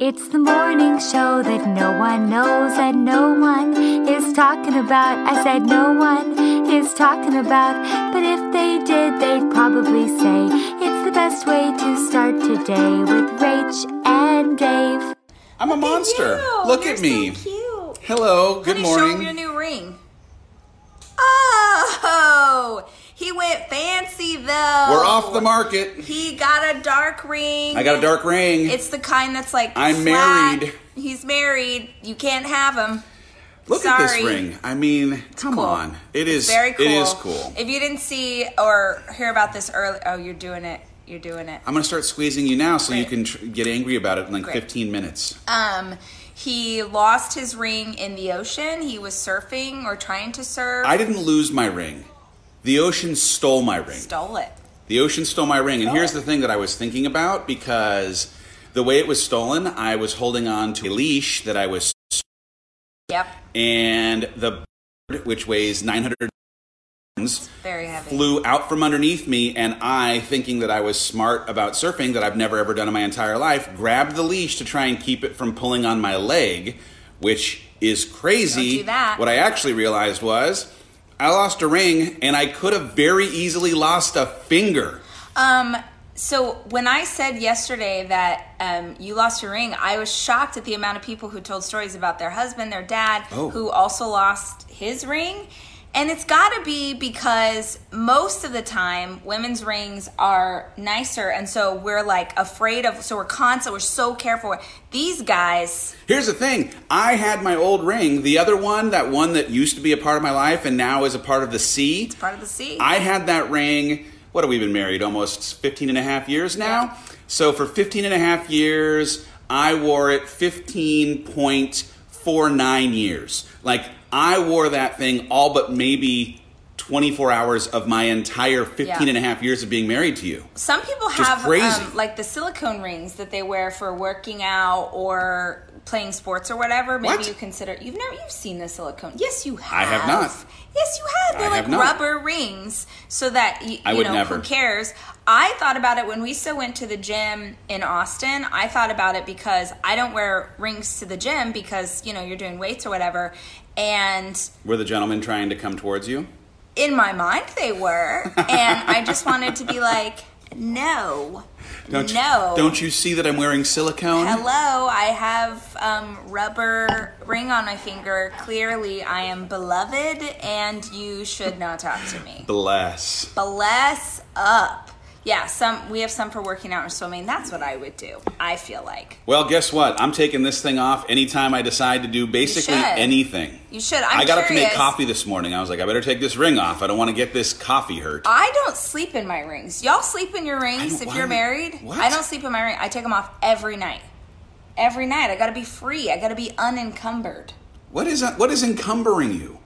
It's the morning show that no one knows and no one is talking about. I said no one is talking about, but if they did, they'd probably say it's the best way to start today with Rach and Dave. I'm a monster. you. Look You're at me. So cute. Hello. Good Honey, Show him your morning. new ring. Oh, he went fancy though. We're off the market. He got a dark ring. I got a dark ring. It's the kind that's like I'm flat. married. He's married. You can't have him. Look at this sorry. ring. I mean, come cool. on. It is. Very cool. It is cool. If you didn't see or hear about this early, oh, you're doing it. You're doing it. I'm gonna start squeezing you now, so you Great. can tr- get angry about it in like Great. 15 minutes. Um, he lost his ring in the ocean. He was surfing or trying to surf. I didn't lose my ring. The ocean stole my ring. stole it. The ocean stole my ring. And Stole here's it. the thing that I was thinking about because the way it was stolen, I was holding on to a leash that I was, Yep. and the bird, which weighs 900 pounds, Very heavy. flew out from underneath me and I, thinking that I was smart about surfing that I've never ever done in my entire life, grabbed the leash to try and keep it from pulling on my leg, which is crazy. Don't do that. What I actually realized was I lost a ring and I could have very easily lost a finger. Um, so when I said yesterday that um, you lost your ring, I was shocked at the amount of people who told stories about their husband, their dad, Oh. who also lost his ring. And it's got to be because most of the time women's rings are nicer, and so we're like afraid of. So we're constant. We're so careful. These guys, Here's the thing I had my old ring, the other one, that one that used to be a part of my life and now is a part of the sea. part of the sea. I had that ring. What have we been married? Almost 15 and a half years now. So for 15 and a half years, I wore it 15.49 years. Like I wore that thing all but maybe 24 hours of my entire 15 Yeah. and a half years of being married to you. Some people Just have crazy. um, like the silicone rings that they wear for working out or playing sports or whatever. Maybe What? you consider you've never you've seen the silicone. Yes, you have. I have not. Yes, you have. They're I like have not. rubber rings, so that y- you, I would know never. who cares. I thought about it when we so went to the gym in Austin. I thought about it because I don't wear rings to the gym because you know you're doing weights or whatever, and Were the gentlemen trying to come towards you? in my mind they were and i just wanted to be like no Don't no You, don't you see that I'm wearing silicone? hello i have um, rubber ring on my finger clearly i am beloved and you should not talk to me Bless. bless up yeah some we have some for working out and swimming that's what i would do i feel like Well, guess what? I'm taking this thing off anytime I decide to do basically should. anything. you should I'm i got up to make curious. coffee this morning. I was like, I better take this ring off. I don't want to get this coffee hurt. I don't sleep in my rings. Y'all sleep in your rings don't- if why you're would- married. what? I don't sleep in my ring. I take them off every night. Every night. I gotta be free. I gotta be unencumbered. What is what is encumbering you?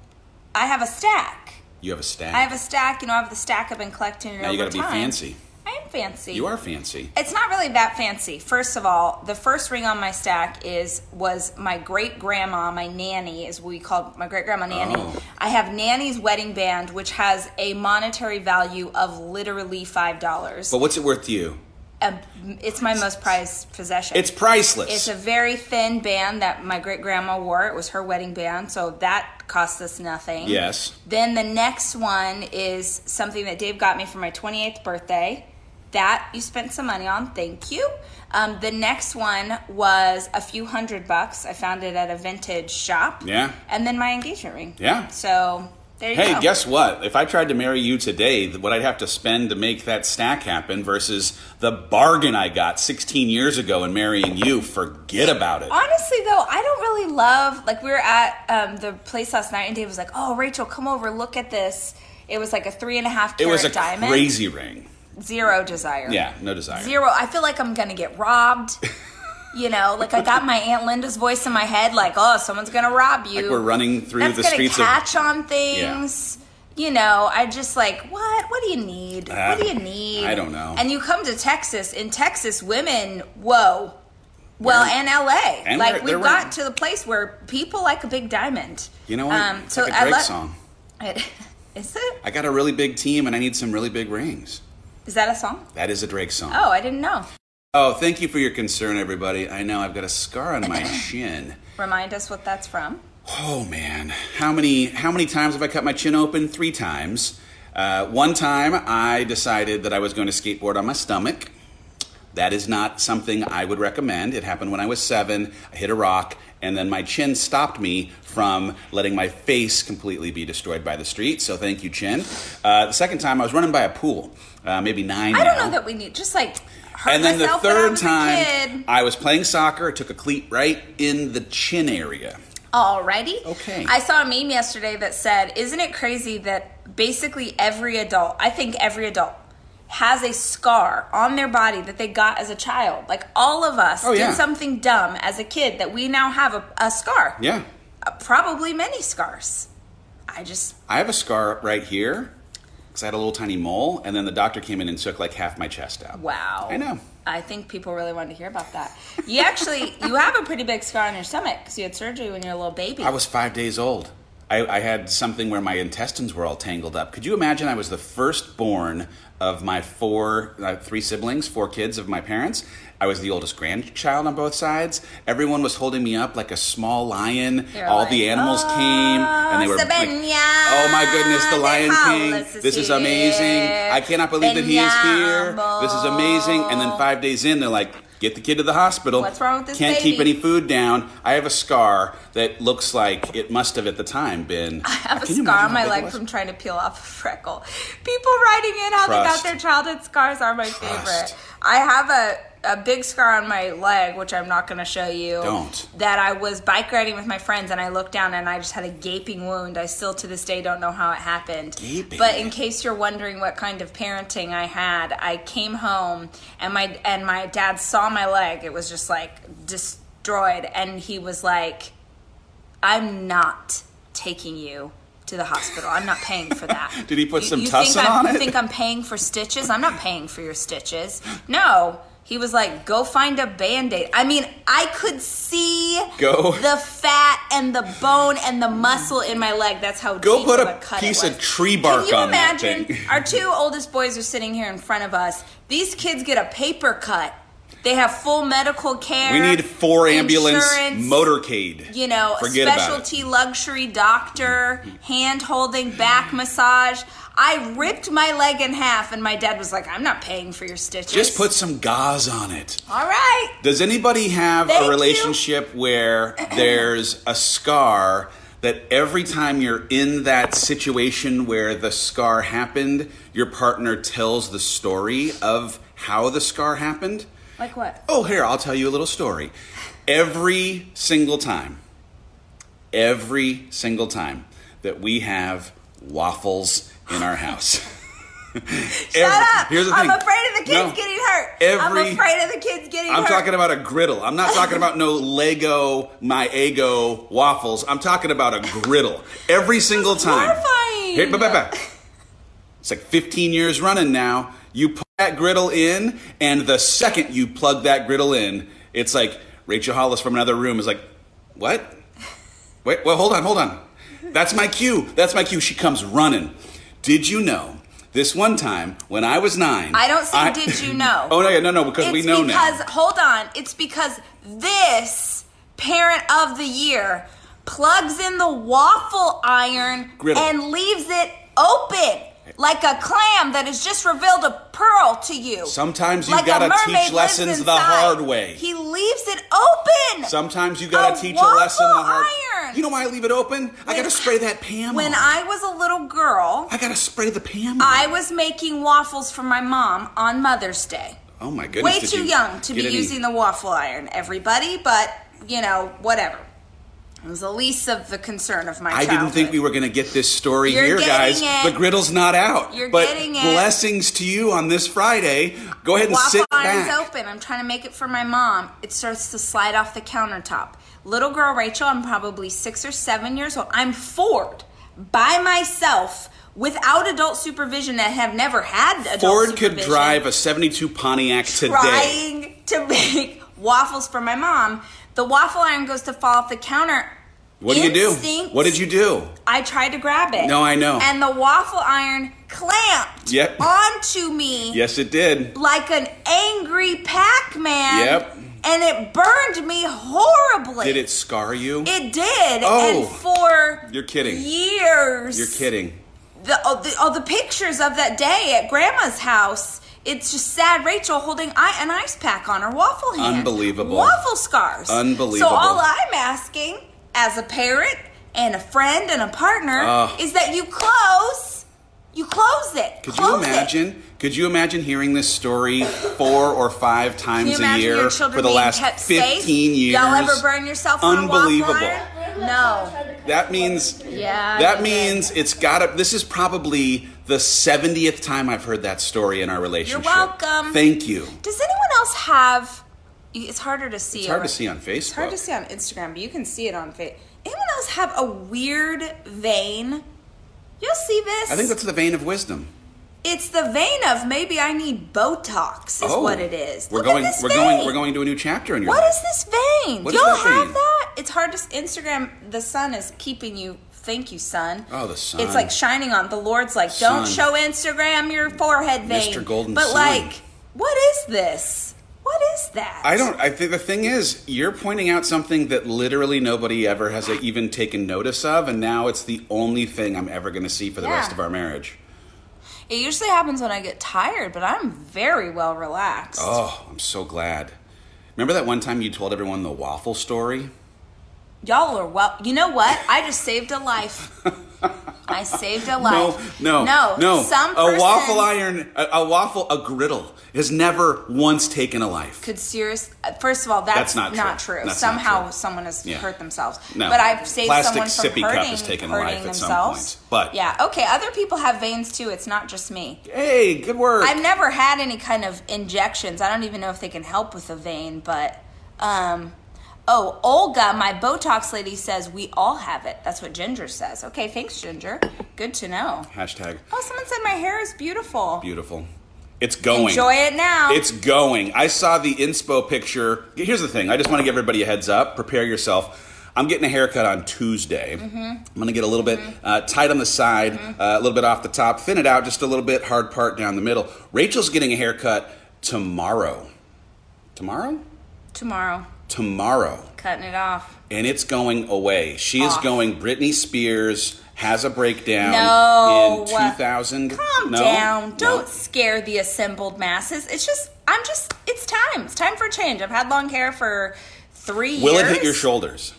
I have a stack. You have a stack. I have a stack. You know, I have the stack I've been collecting. now over you gotta time. be fancy. I am fancy. You are fancy. It's not really that fancy. First of all, the first ring on my stack is was my great grandma, my nanny, is what we called my great grandma nanny. Oh. I have nanny's wedding band, which has a monetary value of literally five dollars. But what's it worth to you? a, it's my most prized possession. It's priceless. It's a very thin band that my great grandma wore. It was her wedding band, so that cost us nothing. yes. Then the next one is something that Dave got me for my 28th birthday. That you spent some money on. Thank you. Um, the next one was a few hundred bucks. I found it at a vintage shop. Yeah. And then my engagement ring. Yeah. So there you Hey, go. guess what? If I tried to marry you today, th- what I'd have to spend to make that stack happen versus the bargain I got 16 years ago in marrying you, forget about it. Honestly, though, I don't really love. Like, we were at um, the place last night, and Dave was like, "Oh, Rachel, come over, look at this." It was like a three and a half It carat was a diamond. crazy ring. Zero desire. Yeah, no desire. Zero. I feel like I'm gonna get robbed. you know, like I got my aunt Linda's voice in my head, like, "Oh, someone's gonna rob you." Like we're running through That's the gonna streets of catch on things. You know, I just like what? What do you need? Ah, what do you need? I don't know. And you come to Texas. In Texas, women, whoa. Well, We're- and LA, and like we're- we they're got wearing- to the place where people like a big diamond. You know what? it's like a Um, I Drake love- song. It, is it? I got a really big team and I need some really big rings. Is that a song? That is a Drake song. Oh, I didn't know. Oh, thank you for your concern, everybody. I know I've got a scar on my chin. Remind us what that's from. Oh man, how many how many times have I cut my chin open? Three times. Uh, one time, I decided that I was going to skateboard on my stomach. That is not something I would recommend. It happened when I was seven. I hit a rock, and then my chin stopped me from letting my face completely be destroyed by the street. So thank you, chin. Uh, the second time, I was running by a pool, uh, maybe nine. I don't now know that we need just like hurt and then the myself when I third was a time kid. I was playing soccer, took a cleat right in the chin area. Alrighty. Okay. I saw a meme yesterday that said, "Isn't it crazy that basically every adult, I think every adult, has a scar on their body that they got as a child? Like all of us Oh, yeah. did something dumb as a kid that we now have a, a scar. Yeah. Uh, probably many scars. I just I have a scar right here because I had a little tiny mole, and then the doctor came in and took like half my chest out. wow. I know. I think people really wanted to hear about that. You actually, you have a pretty big scar on your stomach because you had surgery when you were a little baby. I was five days old. I, I had something where my intestines were all tangled up. Could you imagine? I was the firstborn of my four, uh, three siblings, four kids of my parents. I was the oldest grandchild on both sides. Everyone was holding me up like a small lion. They were all like, the animals came and they were. like, Sabina, oh my goodness, the the Lion Howlers King! is This is amazing. here. I cannot believe that he is here. This is amazing. And then Benyamo. five days in, they're like, "Get the kid to the hospital." What's wrong with this Can't keep baby? any food down. I have a scar that looks like it must have at the time been. I have a scar on my leg from trying to peel off a freckle. People writing in how they got Trust. their childhood scars are my favorite. I have a, a big scar on my leg, which I'm not going to show you. Don't. That I was bike riding with my friends and I looked down and I just had a gaping wound. I still to this day don't know how it happened. Gaping. But in case you're wondering what kind of parenting I had, I came home and my and my dad saw my leg. It was just like destroyed and he was like I'm not taking you to the hospital. I'm not paying for that. Did he put some Tussin think on I'm, it? You think I'm paying for stitches? I'm not paying for your stitches. No. He was like, go find a band aid. I mean, I could see Go- the fat and the bone and the muscle in my leg. That's how Go deep put of a cut it piece was. of tree bark Can you on that imagine? thing. Our two oldest boys are sitting here in front of us. These kids get a paper cut. They have full medical care. We need four ambulance insurance motorcade. you know, a Forget about it. specialty luxury doctor, hand holding, back massage. I ripped my leg in half, and my dad was like, "I'm not paying for your stitches." Just put some gauze on it. All right. Does anybody have Thank a you. relationship where there's a scar that every time you're in that situation where the scar happened, your partner tells the story of how the scar happened? Like what? Oh, here, I'll tell you a little story. Every single time, every single time that we have waffles in our house. Every- Shut up! Here's the I'm thing. afraid of the kids No. getting hurt. Every- I'm afraid of the kids getting I'm hurt. talking about a griddle. I'm not talking about no Lego, my ego waffles. I'm talking about a griddle. Every single time. horrifying. Hey, ba- ba- ba. It's like 15 years running now. You put that griddle in, and the second you plug that griddle in, it's like Rachel Hollis from another room is like, what? Wait, well, hold on, hold on. That's my cue. That's my cue. She comes running. Did you know this one time when I was nine? I don't say did you know. Oh, no, yeah, no, no, because it's we know now. because hold on, it's because this parent of the year plugs in the waffle iron Griddle. and leaves it open like a clam that has just revealed a pearl to you. Sometimes you Like a gotta mermaid teach lives lessons the inside. hard way. He leaves it open. Sometimes you gotta A teach a lesson the waffle hard. iron. You know why I leave it open? I When- gotta spray that Pam. on. when I was a little girl, I gotta spray the Pam. on. I was making waffles for my mom on Mother's Day. oh my goodness! way did too you young to get be any- using the waffle iron, everybody, but you know, whatever. It was the least of the concern of my I didn't think childhood. we were going to get this story You're here, getting guys. it. The griddle's not out. You're but getting it. blessings to you on this Friday. Go ahead and Waffle sit iron's back. open. I'm trying to make it for my mom. It starts to slide off the countertop. Little girl Rachel, I'm probably six or seven years old. I'm Ford by myself without adult supervision and have never had adult Ford supervision. could drive a 72 Pontiac today. trying to make waffles for my mom. The waffle iron goes to fall off the counter. What do you do? Instinct. What did you do? I tried to grab it. No, I know. And the waffle iron clamped Yep. onto me Yes, it did. like an angry Pac-Man. Yep. And it burned me horribly. Did it scar you? It did. Oh. And for You're kidding. years. You're kidding. the, all the all the pictures of that day at grandma's house it's just sad rachel holding I, an ice pack on her waffle hand Unbelievable. waffle scars Unbelievable. so all i'm asking as a parent and a friend and a partner Ugh. is that you close you close it Could Close you it. imagine? Could you imagine hearing this story four or five Can you times a imagine year your for children the being last kept safe? fifteen years? Y'all ever burn yourself on Unbelievable. a waffle iron? No. That means Yeah. that you did. means it's got to this is probably the 70th time I've heard that story in our relationship. welcome. Thank you. Does anyone else have? It's harder to see. It's hard over- to see on Facebook. It's hard to see on Instagram, but you can see it on Facebook. Anyone else have a weird vein? You'll see this. I think that's the vein of wisdom. it's the vein of maybe I need Botox is what it is. Oh. We're Look at going this we're vein. going we're going to a new chapter in your What life. is this vein? What Do is y'all that have vein? that? It's hard to s- Instagram. The sun is keeping you. Thank you, sun. Oh, the sun. It's like shining on. The Lord's like, Sun. don't show Instagram your forehead vein. Mr. Golden But Sun. like, what is this? What is that? I don't. I think the thing is, you're pointing out something that literally nobody ever has even taken notice of, and now it's the only thing I'm ever going to see for the Yeah. rest of our marriage. It usually happens when I get tired, but I'm very well relaxed. Oh, I'm so glad. Remember that one time you told everyone the waffle story? Y'all are well. You know what? I just saved a life. I saved a life. No, no, no, no. Some a person waffle iron, a, a waffle, a griddle has never once taken a life. could serious. uh, First of all, That's that's, not true. true. That's not Somehow, true. someone has Yeah. hurt themselves. No. but I've saved Plastic someone from sippy cup hurting, has taken hurting life at some themselves. point, but- yeah, okay. Other people have veins too. It's not just me. hey, good work. I've never had any kind of injections. I don't even know if they can help with a vein, but um oh, Olga, my Botox lady says we all have it. That's what Ginger says. Okay, thanks Ginger. Good to know. Hashtag Oh, someone said my hair is beautiful. beautiful. It's going. Enjoy it now. It's going. I saw the inspo picture. Here's the thing. I just want to give everybody a heads up. Prepare yourself. I'm getting a haircut on Tuesday. Mm-hmm. I'm going to get a little bit uh, tight on the side, uh, a little bit off the top, thin it out just a little bit, hard part down the middle. Rachel's getting a haircut tomorrow. Tomorrow? tomorrow. Tomorrow. Cutting it off. And it's going away. She is Off. going Britney Spears has a breakdown No. in 2000. Calm No? down. No. Don't scare the assembled masses. It's just I'm just it's time. It's time for a change. I've had long hair for 3 Will years. it hit your shoulders?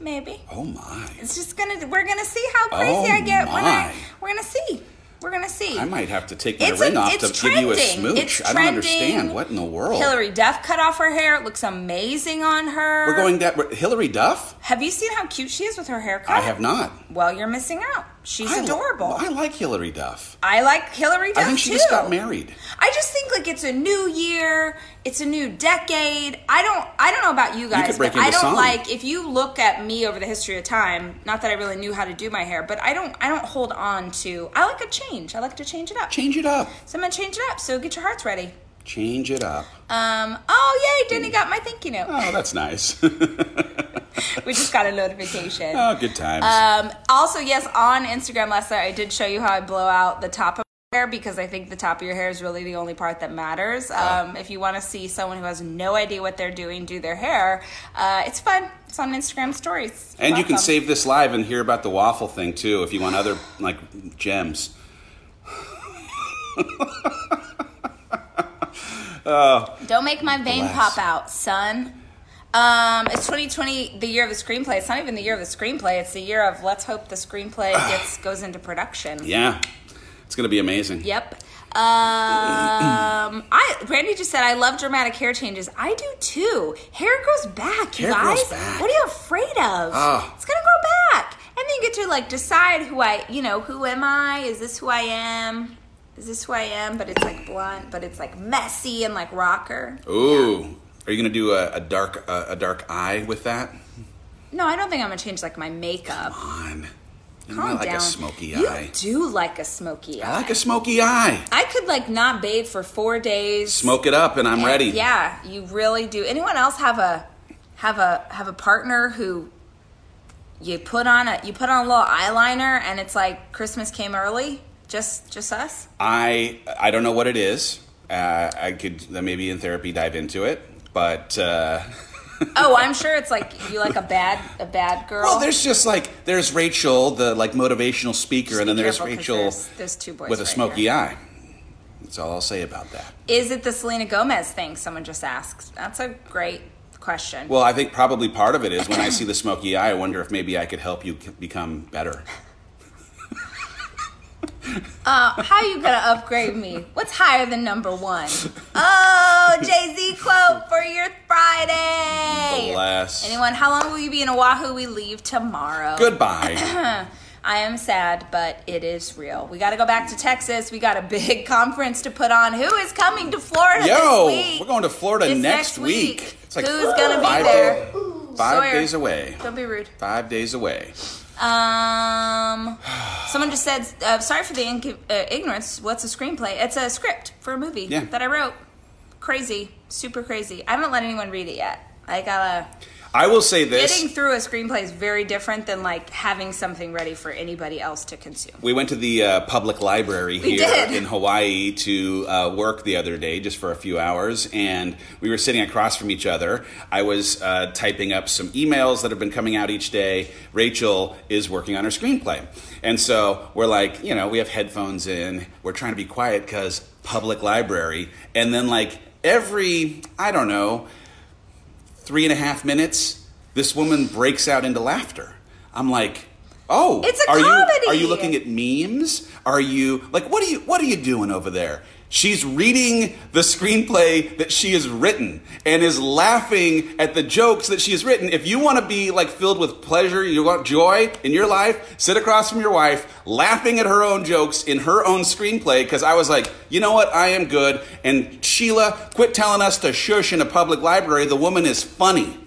Maybe. Oh my. It's just gonna. We're gonna see how crazy Oh, I get when I. my. We're gonna see. We're gonna see. I might have to take my It's ring a- off it's to give you a trending. smooch. It's I don't understand trending. what in the world. Hillary Duff cut off her hair. It looks amazing on her. We're going that we're- Hillary Duff. Have you seen how cute she is with her haircut? I have not. Well, you're missing out. She's I li- adorable. I like Hillary Duff. I like Hillary Duff I think she too. just got married. I just think like it's a new year, it's a new decade. I don't I don't know about you guys, could break but I into don't song. like if you look at me over the history of time, not that I really knew how to do my hair, but I don't I don't hold on to I like a change. I like to change it up. Change it up. So I'm gonna change it up, so get your hearts ready. Change it up. Um oh yay, Denny got my thank you note. Oh, that's nice. We just got a notification. oh, good times. Um, also, yes, on Instagram last night, I did show you how I blow out the top of my hair because I think the top of your hair is really the only part that matters. Oh. Um, if you want to see someone who has no idea what they're doing do their hair, uh, it's fun. It's on Instagram stories. and you can Welcome. save this live and hear about the waffle thing too, if you want other like gems. Don't make my vein Bless. pop out, son. Um, it's 2020, the year of the screenplay. It's not even the year of the screenplay. It's the year of let's hope the screenplay gets goes into production. Yeah, it's gonna be amazing. Yep. Um, I Randy just said I love dramatic hair changes. I do too. Hair grows back, you Hair guys. grows back. What are you afraid of? Ah. It's gonna grow back, and then you get to like decide who I, you know, who am I? Is this who I am? Is this who I am? But it's like blunt, but it's like messy and like rocker. Ooh, are you gonna do a, a dark uh, a dark eye with that? No, I don't think I'm gonna change like my makeup. On. You know, I Calm like down. a smoky you eye. do like a smoky I eye. like a smoky eye. I could like not bathe for four days. Smoke it up, and I'm ready. Yeah, you really do. Anyone else have a have a have a partner who you put on a you put on a little eyeliner and it's like Christmas came early. Just just us. I I don't know what it is. Uh, I could maybe in therapy dive into it, but uh, Oh, I'm sure it's like you like a bad a bad girl. well, there's just like there's Rachel, the like motivational speaker, and then Be there's careful 'cause Rachel There's, there's two boys with a right smoky here. eye. That's all I'll say about that. Is it the Selena Gomez thing? Someone just asked. That's a great question. Well, I think probably part of it is when I see the smoky eye, I wonder if maybe I could help you c- become better. How you gonna upgrade me? What's higher than number one? Oh, Jay Z quote for your Friday. Bless. Anyone? How long will you be in Oahu? We leave tomorrow. Goodbye. I am sad, but it is real. We got to go back to Texas. We got a big conference to put on. Who is coming to Florida Yo, this week? we're going to Florida It's next, next week. It's like Who's gonna be five there? day- five Sawyer. days away. Don't be rude. Five days away. Um, someone just said, uh, "Sorry for the inc- uh, ignorance." What's a screenplay? It's a script for a movie Yeah. that I wrote. Crazy, super crazy. I haven't let anyone read it yet. I gotta. I will say this. Getting through a screenplay is very different than like having something ready for anybody else to consume. We went to the uh, public library here did. in Hawaii to uh, work the other day, just for a few hours, and we were sitting across from each other. I was uh, typing up some emails that have been coming out each day. Rachel is working on her screenplay, and so we're like, you know, we have headphones in. We're trying to be quiet because public library, and then like every, I don't know, three and a half minutes, this woman breaks out into laughter. I'm like, oh, It's a are comedy! You, are you looking at memes? Are you like, what are you, what are you doing over there? She's reading the screenplay that she has written and is laughing at the jokes that she has written. If you want to be like filled with pleasure, you want joy in your life, sit across from your wife, laughing at her own jokes in her own screenplay. Because I was like, you know what, I am good. And Sheila, quit telling us to shush in a public library. The woman is funny.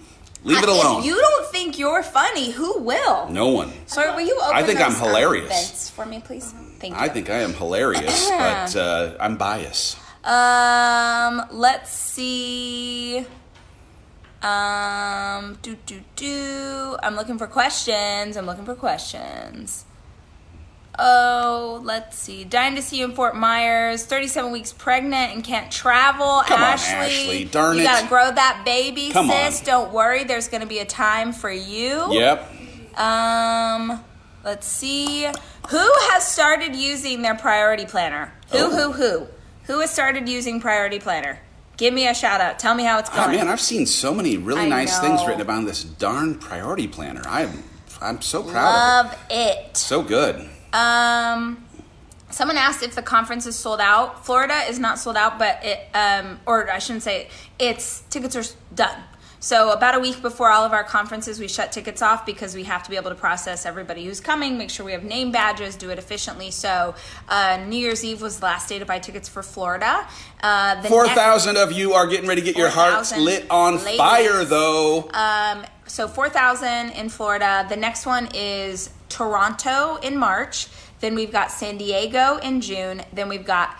Leave it Uh, alone. If you don't think you're funny, who will? no one. Sorry, will you open I think I'm those, um, hilarious. vents for me, please? Thank you. I think I am hilarious, but uh, I'm biased. Um, let's see. Um, do do do. I'm looking for questions. I'm looking for questions. Oh, let's see. Dying to see you in Fort Myers. 37 weeks pregnant and can't travel. Come on, Ashley, Ashley. Darn you it. gotta grow that baby, Come on. sis. Don't worry. There's gonna be a time for you. Yep. Um, let's see. Who has started using their priority planner? Who, who, who? Who has started using priority planner? Give me a shout out. Tell me how it's Oh going. man, I've seen so many really I nice things know. written about this darn priority planner. I'm I'm so proud of Love it. it. So good. Um, someone asked if the conference is sold out. Florida is not sold out, but it, um, or I shouldn't say it, it's tickets are s- done. So about a week before all of our conferences, we shut tickets off because we have to be able to process everybody who's coming, make sure we have name badges, do it efficiently. So uh, New Year's Eve was the last day to buy tickets for Florida. Uh, the Four next- thousand of you are getting ready to get your hearts 4,000 lit on ladies. fire, though. Um, so 4,000 in Florida. The next one is Toronto in March. Then we've got San Diego in June. Then we've got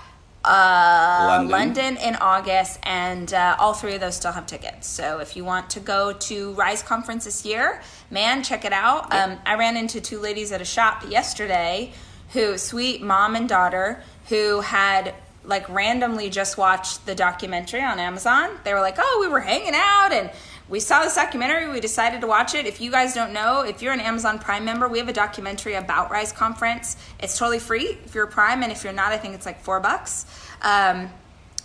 uh, London. London. in August. And uh, all three of those still have tickets. So if you want to go to Rise Conference this year, man, check it out. Um, I ran into two ladies at a shop yesterday who, sweet mom and daughter, who had like randomly just watched the documentary on Amazon. They were like, "Oh, we were hanging out and we saw this documentary. We decided to watch it." If you guys don't know, if you're an Amazon Prime member, we have a documentary about Rise Conference. It's totally free if you're Prime, and if you're not, I think it's like four bucks. Um,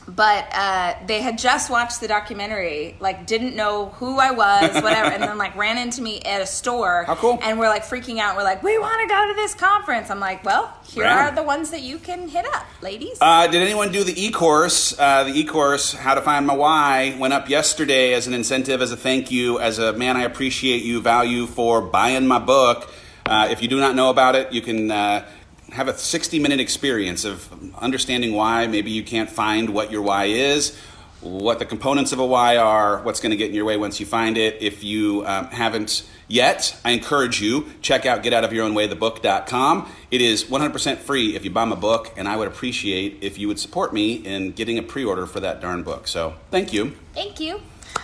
but uh, they had just watched the documentary, like didn't know who I was, whatever, and then like ran into me at a store. How cool. And we're like freaking out. We're like, "We want to go to this conference." I'm like, "Well, here Rad. are the ones that you can hit up, ladies." Uh, did anyone do the e-course? Uh, the e-course, How to Find My Why, went up yesterday as an incentive, as a thank you, as a man, I appreciate you value for buying my book. Uh, if you do not know about it, you can uh, have a 60-minute experience of understanding why. Maybe you can't find what your why is, what the components of a why are, what's going to get in your way once you find it. If you um, haven't yet, I encourage you check out Get Out of Your Own Way the book.com. It is 100% free if you buy my book, and I would appreciate if you would support me in getting a pre-order for that darn book. So thank you. Thank you.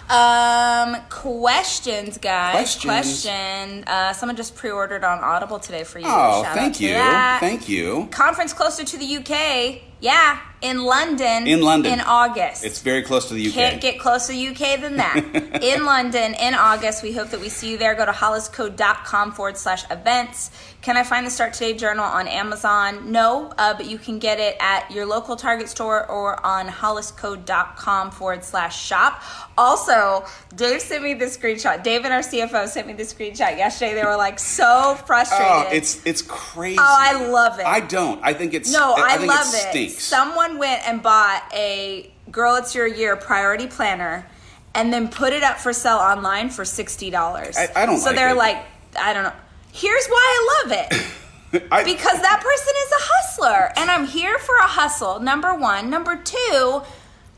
Um, questions, guys. Questions. Question. Uh, someone just pre-ordered on Audible today for you. Oh, Shout out thank to you. that. Thank you. Conference closer to the UK. Yeah, in London. In London. In August. It's very close to the UK. Can't get closer to UK than that. in London, in August, we hope that we see you there. Go to holliscode.com forward slash events. Can I find the Start Today Journal on Amazon? No, uh, but you can get it at your local Target store or on holliscode.com forward slash shop. Also, Dave sent me this screenshot. David, our CFO, sent me this screenshot yesterday. They were like so frustrated. Oh, it's it's crazy. Oh, I love it. I don't. I think it's No, I, think love it it. stinks. Someone went and bought a Girl It's Your Year priority planner and then put it up for sale online for $60. I- I don't So like they're it. like, I don't know. Here's why I love it. I- because that person is a hustler and I'm here for a hustle. Number 1, number 2,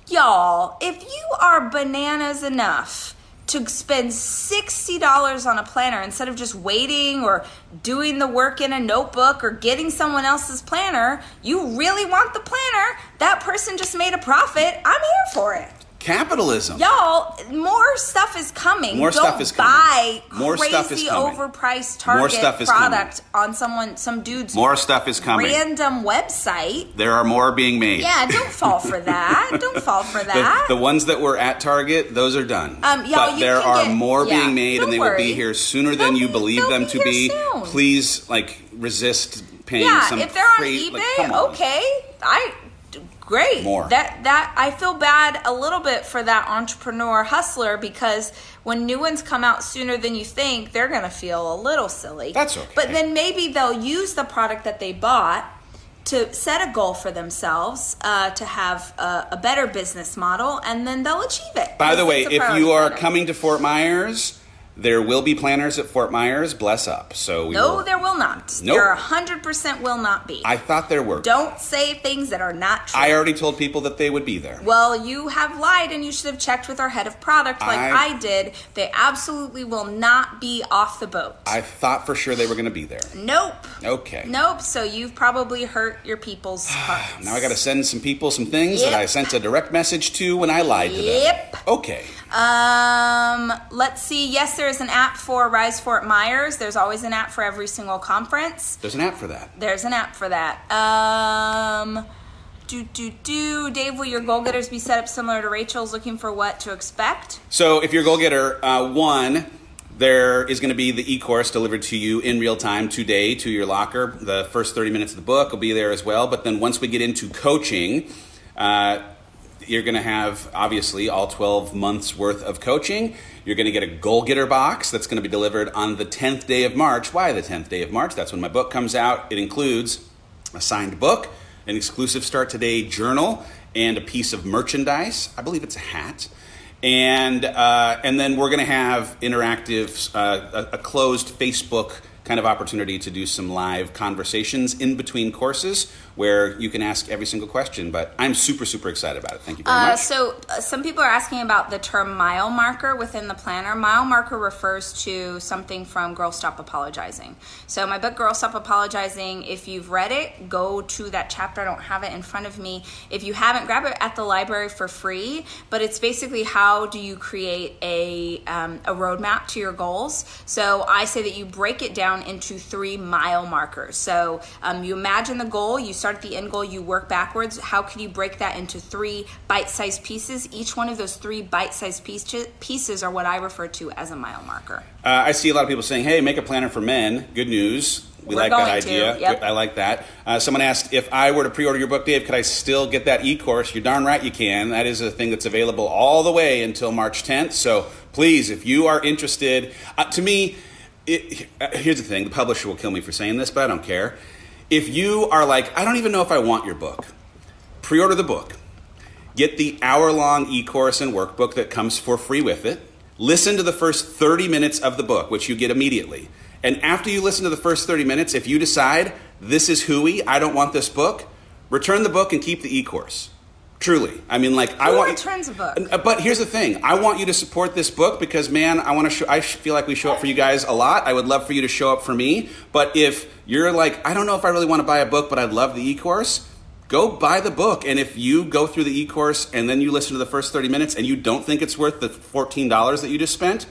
y'all, if you are bananas enough to spend $60 on a planner instead of just waiting or doing the work in a notebook or getting someone else's planner, you really want the planner, that person just made a profit. I'm here for it. capitalism. Y'all, more stuff is coming. More Don't stuff is coming. Buy More crazy stuff is coming. overpriced More Target stuff is product on someone, some dude's More stuff is coming. random website. There are more being made. Yeah, don't fall for that. don't fall for that. The, the ones that were at Target, those are done. Um, y'all, but you there can are get- more yeah. being made, Don't and they will worry. be here sooner than They'll you be- believe they'll them be to here be. soon. Please, like, resist paying yeah, some. if they're on cra- like, eBay, come on. okay. I d- great. More. That that I feel bad a little bit for that entrepreneur hustler because when new ones come out sooner than you think, they're going to feel a little silly. That's okay. But then maybe they'll use the product that they bought to set a goal for themselves uh, to have a, a better business model, and then they'll achieve it. By the Because way, it's a if priority you are for them. coming to Fort Myers, there will be planners at Fort Myers. Bless up. So we no, will- there will not. Nope. There 100% will not be. I thought there were. Don't say things that are not true. I already told people that they would be there. Well, you have lied and you should have checked with our head of product like I, I- did. They absolutely will not be off the boat. I thought for sure they were going to be there. nope. Okay. Nope. So you've probably hurt your people's hearts. Now I got to send some people some things that I Yep. sent a direct message to when I lied to Yep. them. Okay. Um, let's see. Yes, there is an app for Rise Fort Myers. There's always an app for every single conference. There's an app for that. There's an app for that. Um, do do do. Dave, will your goal getters be set up similar to Rachel's? Looking for what to expect. So if you're a goal getter, uh, one, there is going to be the e-course delivered to you in real time today to your locker. The first 30 minutes of the book will be there as well. But then once we get into coaching, uh, you're going to have obviously all 12 months worth of coaching. You're going to get a goal getter box that's going to be delivered on the 10th day of March. Why the 10th day of March? That's when my book comes out. It includes a signed book, an exclusive Start Today journal, and a piece of merchandise. I believe it's a hat. And uh, and then we're going to have interactive, uh, a, a closed Facebook kind of opportunity to do some live conversations in between courses where you can ask every single question. But I'm super super excited about it. Thank you very Uh, much. so uh, some people are asking about the term mile marker within the planner. Mile marker refers to something from Girl Stop Apologizing. So my book Girl Stop Apologizing, if you've read it, go to that chapter. I don't have it in front of me. If you haven't, grab it at the library for free. But it's basically how do you create a um, a roadmap to your goals. So I say that you break it down into three mile markers. So um, you imagine the goal, you start at the end goal, you work backwards. How can you break that into three bite sized pieces? Each one of those three bite sized pieces, pieces are what I refer to as a mile marker. Uh, I see a lot of people saying, "Hey, make a planner for men." Good news. We We're like going that to, idea. yep. Good- I like that. Uh, someone asked if I were to pre-order your book, Dave, could I still get that e-course? You're darn right you can. That is a thing that's available all the way until March 10th. So please, if you are interested, uh, to me, it, uh, here's the thing: the publisher will kill me for saying this, but I don't care. If you are like, I don't even know if I want your book, pre-order the book. Get the hour long e course and workbook that comes for free with it. Listen to the first 30 minutes of the book, which you get immediately. And after you listen to the first 30 minutes, if you decide this is hooey, I don't want this book, return the book and keep the e course. Truly. I mean, like, I Who want. returns a book? Uh, But here's the thing I want you to support this book because, man, I want to show. I sh- feel like we show up for you guys a lot. I would love for you to show up for me. But if you're like, I don't know if I really want to buy a book, but I'd love the e course, Go buy the book, and if you go through the e-course and then you listen to the first 30 minutes and you don't think it's worth the $14 that you just spent,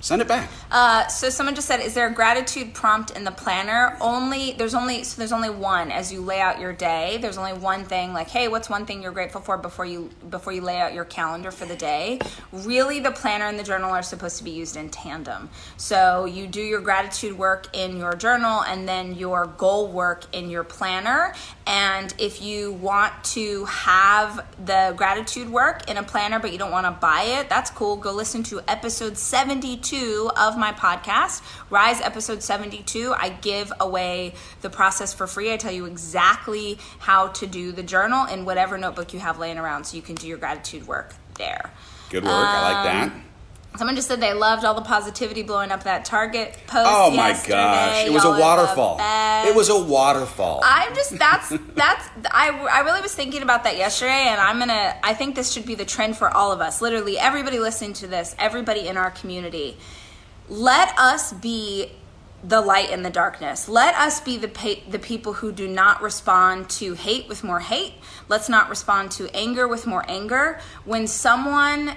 send it back. Uh, so someone just said, "Is there a gratitude prompt in the planner? Only there's only so there's only one as you lay out your day. There's only one thing like, hey, what's one thing you're grateful for before you before you lay out your calendar for the day? Really, the planner and the journal are supposed to be used in tandem. So you do your gratitude work in your journal and then your goal work in your planner. And if you want to have the gratitude work in a planner but you don't want to buy it, that's cool. Go listen to episode 72 of my podcast, Rise episode 72. I give away the process for free. I tell you exactly how to do the journal in whatever notebook you have laying around so you can do your gratitude work there. Good work. I like that. Um, Someone just said they loved all the positivity blowing up that Target post. Oh my yesterday. gosh. It was a Y'all are the waterfall. best. It was a waterfall. I'm just that's that's I, I really was thinking about that yesterday and I'm gonna I think this should be the trend for all of us literally everybody listening to this everybody in our community let us be the light in the darkness let us be the pa- the people who do not respond to hate with more hate let's not respond to anger with more anger when someone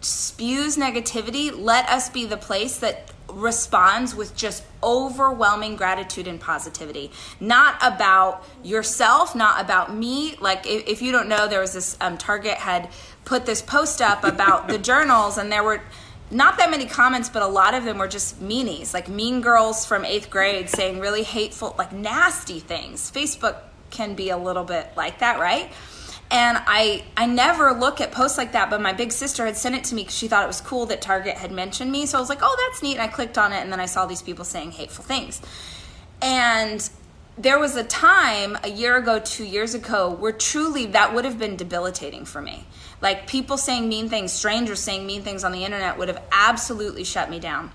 spews negativity, let us be the place that responds with just overwhelming gratitude and positivity. Not about yourself, not about me. Like, if, if you don't know, there was this um, Target had put this post up about the journals, and there were not that many comments, but a lot of them were just meanies, like mean girls from eighth grade saying really hateful, like nasty things. Facebook can be a little bit like that, right? and I I never look at posts like that, but my big sister had sent it to me because she thought it was cool that Target had mentioned me. So I was like, oh, that's neat. And I clicked on it, and then I saw these people saying hateful things. And there was a time a year ago, two years ago, where truly that would have been debilitating for me. Like people saying mean things, strangers saying mean things on the internet would have absolutely shut me down.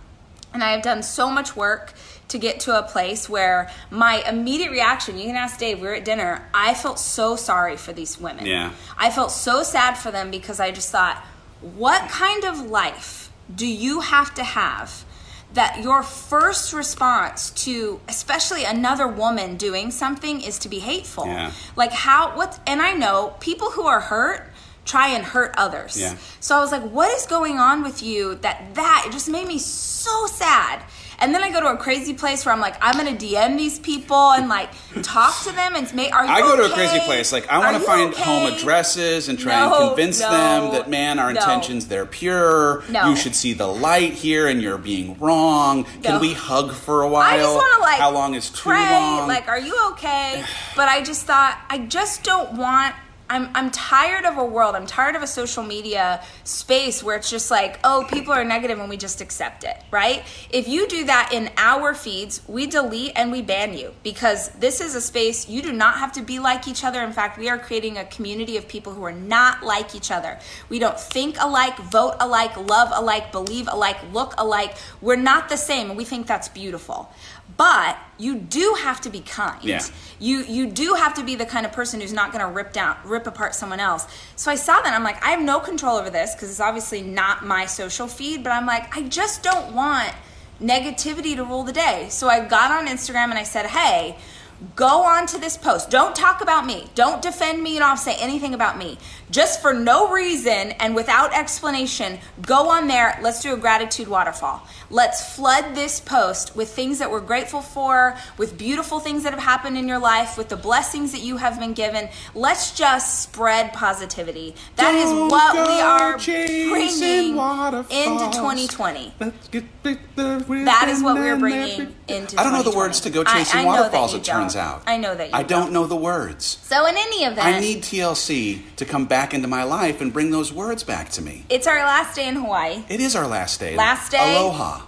And I have done so much work to get to a place where my immediate reaction, you can ask Dave, we were at dinner, I felt so sorry for these women. Yeah. I felt so sad for them because I just thought, what kind of life do you have to have that your first response to, especially another woman doing something, is to be hateful? Yeah. Like, how, what, and I know people who are hurt try and hurt others. Yeah. So I was like, what is going on with you that that it just made me so sad. And then I go to a crazy place where I'm like, I'm gonna DM these people and like talk to them and make. Are you I go to a okay? crazy place. Like I Are want to you find okay? home addresses and try No, and convince no, them that man, our no. intentions they're pure. No. You should see the light here, and you're being wrong. No. Can we hug for a while? I just want to like. how long is too pray, long? Like, are you okay? But I just thought I just don't want. I'm I'm tired of a world. I'm tired of a social media space where it's just like, oh, people are negative and we just accept it, right? If you do that in our feeds, we delete and we ban you because this is a space you do not have to be like each other. In fact, we are creating a community of people who are not like each other. We don't think alike, vote alike, love alike, believe alike, look alike. We're not the same, and we think that's beautiful but you do have to be kind. Yeah. You you do have to be the kind of person who's not going to rip down rip apart someone else. So I saw that I'm like I have no control over this because it's obviously not my social feed, but I'm like I just don't want negativity to rule the day. So I got on Instagram and I said, "Hey, go on to this post. Don't talk about me. Don't defend me. You don't say anything about me. Just for no reason and without explanation, go on there. Let's do a gratitude waterfall. Let's flood this post with things that we're grateful for, with beautiful things that have happened in your life, with the blessings that you have been given. Let's just spread positivity. That is Don't what go we are chasing bringing into waterfalls. 2020. Let's get bigger with That is what we're them bringing every- into. I don't know the 2020. words to go I- chasing I know that waterfalls. you It turns don't. out I know that you I don't know the words. So in any event, I need TLC to come back into my life and bring those words back to me. It's our last day in Hawaii. It is our last day. Last day? Aloha.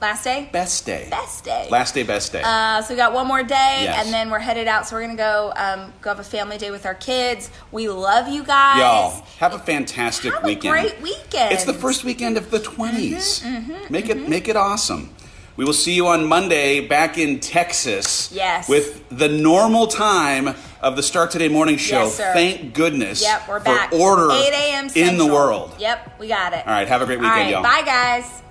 Last day. Best day. Best day. Last day. Best day. Uh, so we got one more day, Yes. and then we're headed out. So we're gonna go um, go have a family day with our kids. We love you guys. Y'all have a fantastic Have a weekend. great weekend. Mm-hmm, It's the first weekend of the 20s make it make it awesome. We will see you on Monday back in Texas. Yes. With the normal time of the Start Today Morning Show. Yes, sir. Thank goodness. Yep, we're for back. order 8 a.m. in the Central. world. Yep, we got it. All right. Have a great weekend, All y'all. right, bye guys.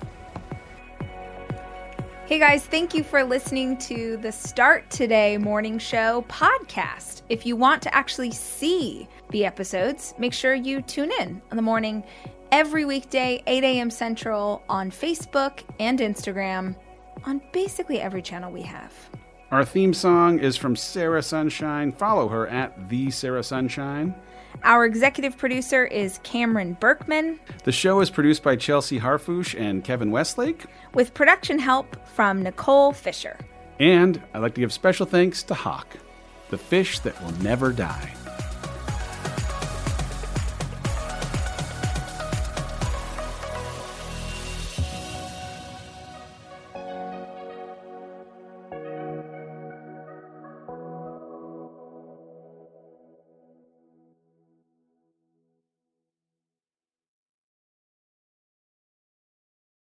Hey guys, thank you for listening to the Start Today Morning Show podcast. If you want to actually see the episodes, make sure you tune in in the morning every weekday, 8 a.m. Central, on Facebook and Instagram, on basically every channel we have. Our theme song is from Sarah Sunshine. Follow her at the Sarah Sunshine. Our executive producer is Cameron Berkman, The show is produced by Chelsea Harfouche and Kevin Westlake. with production help from Nicole Fisher. And I'd like to give special thanks to Hawk, the fish that will never die.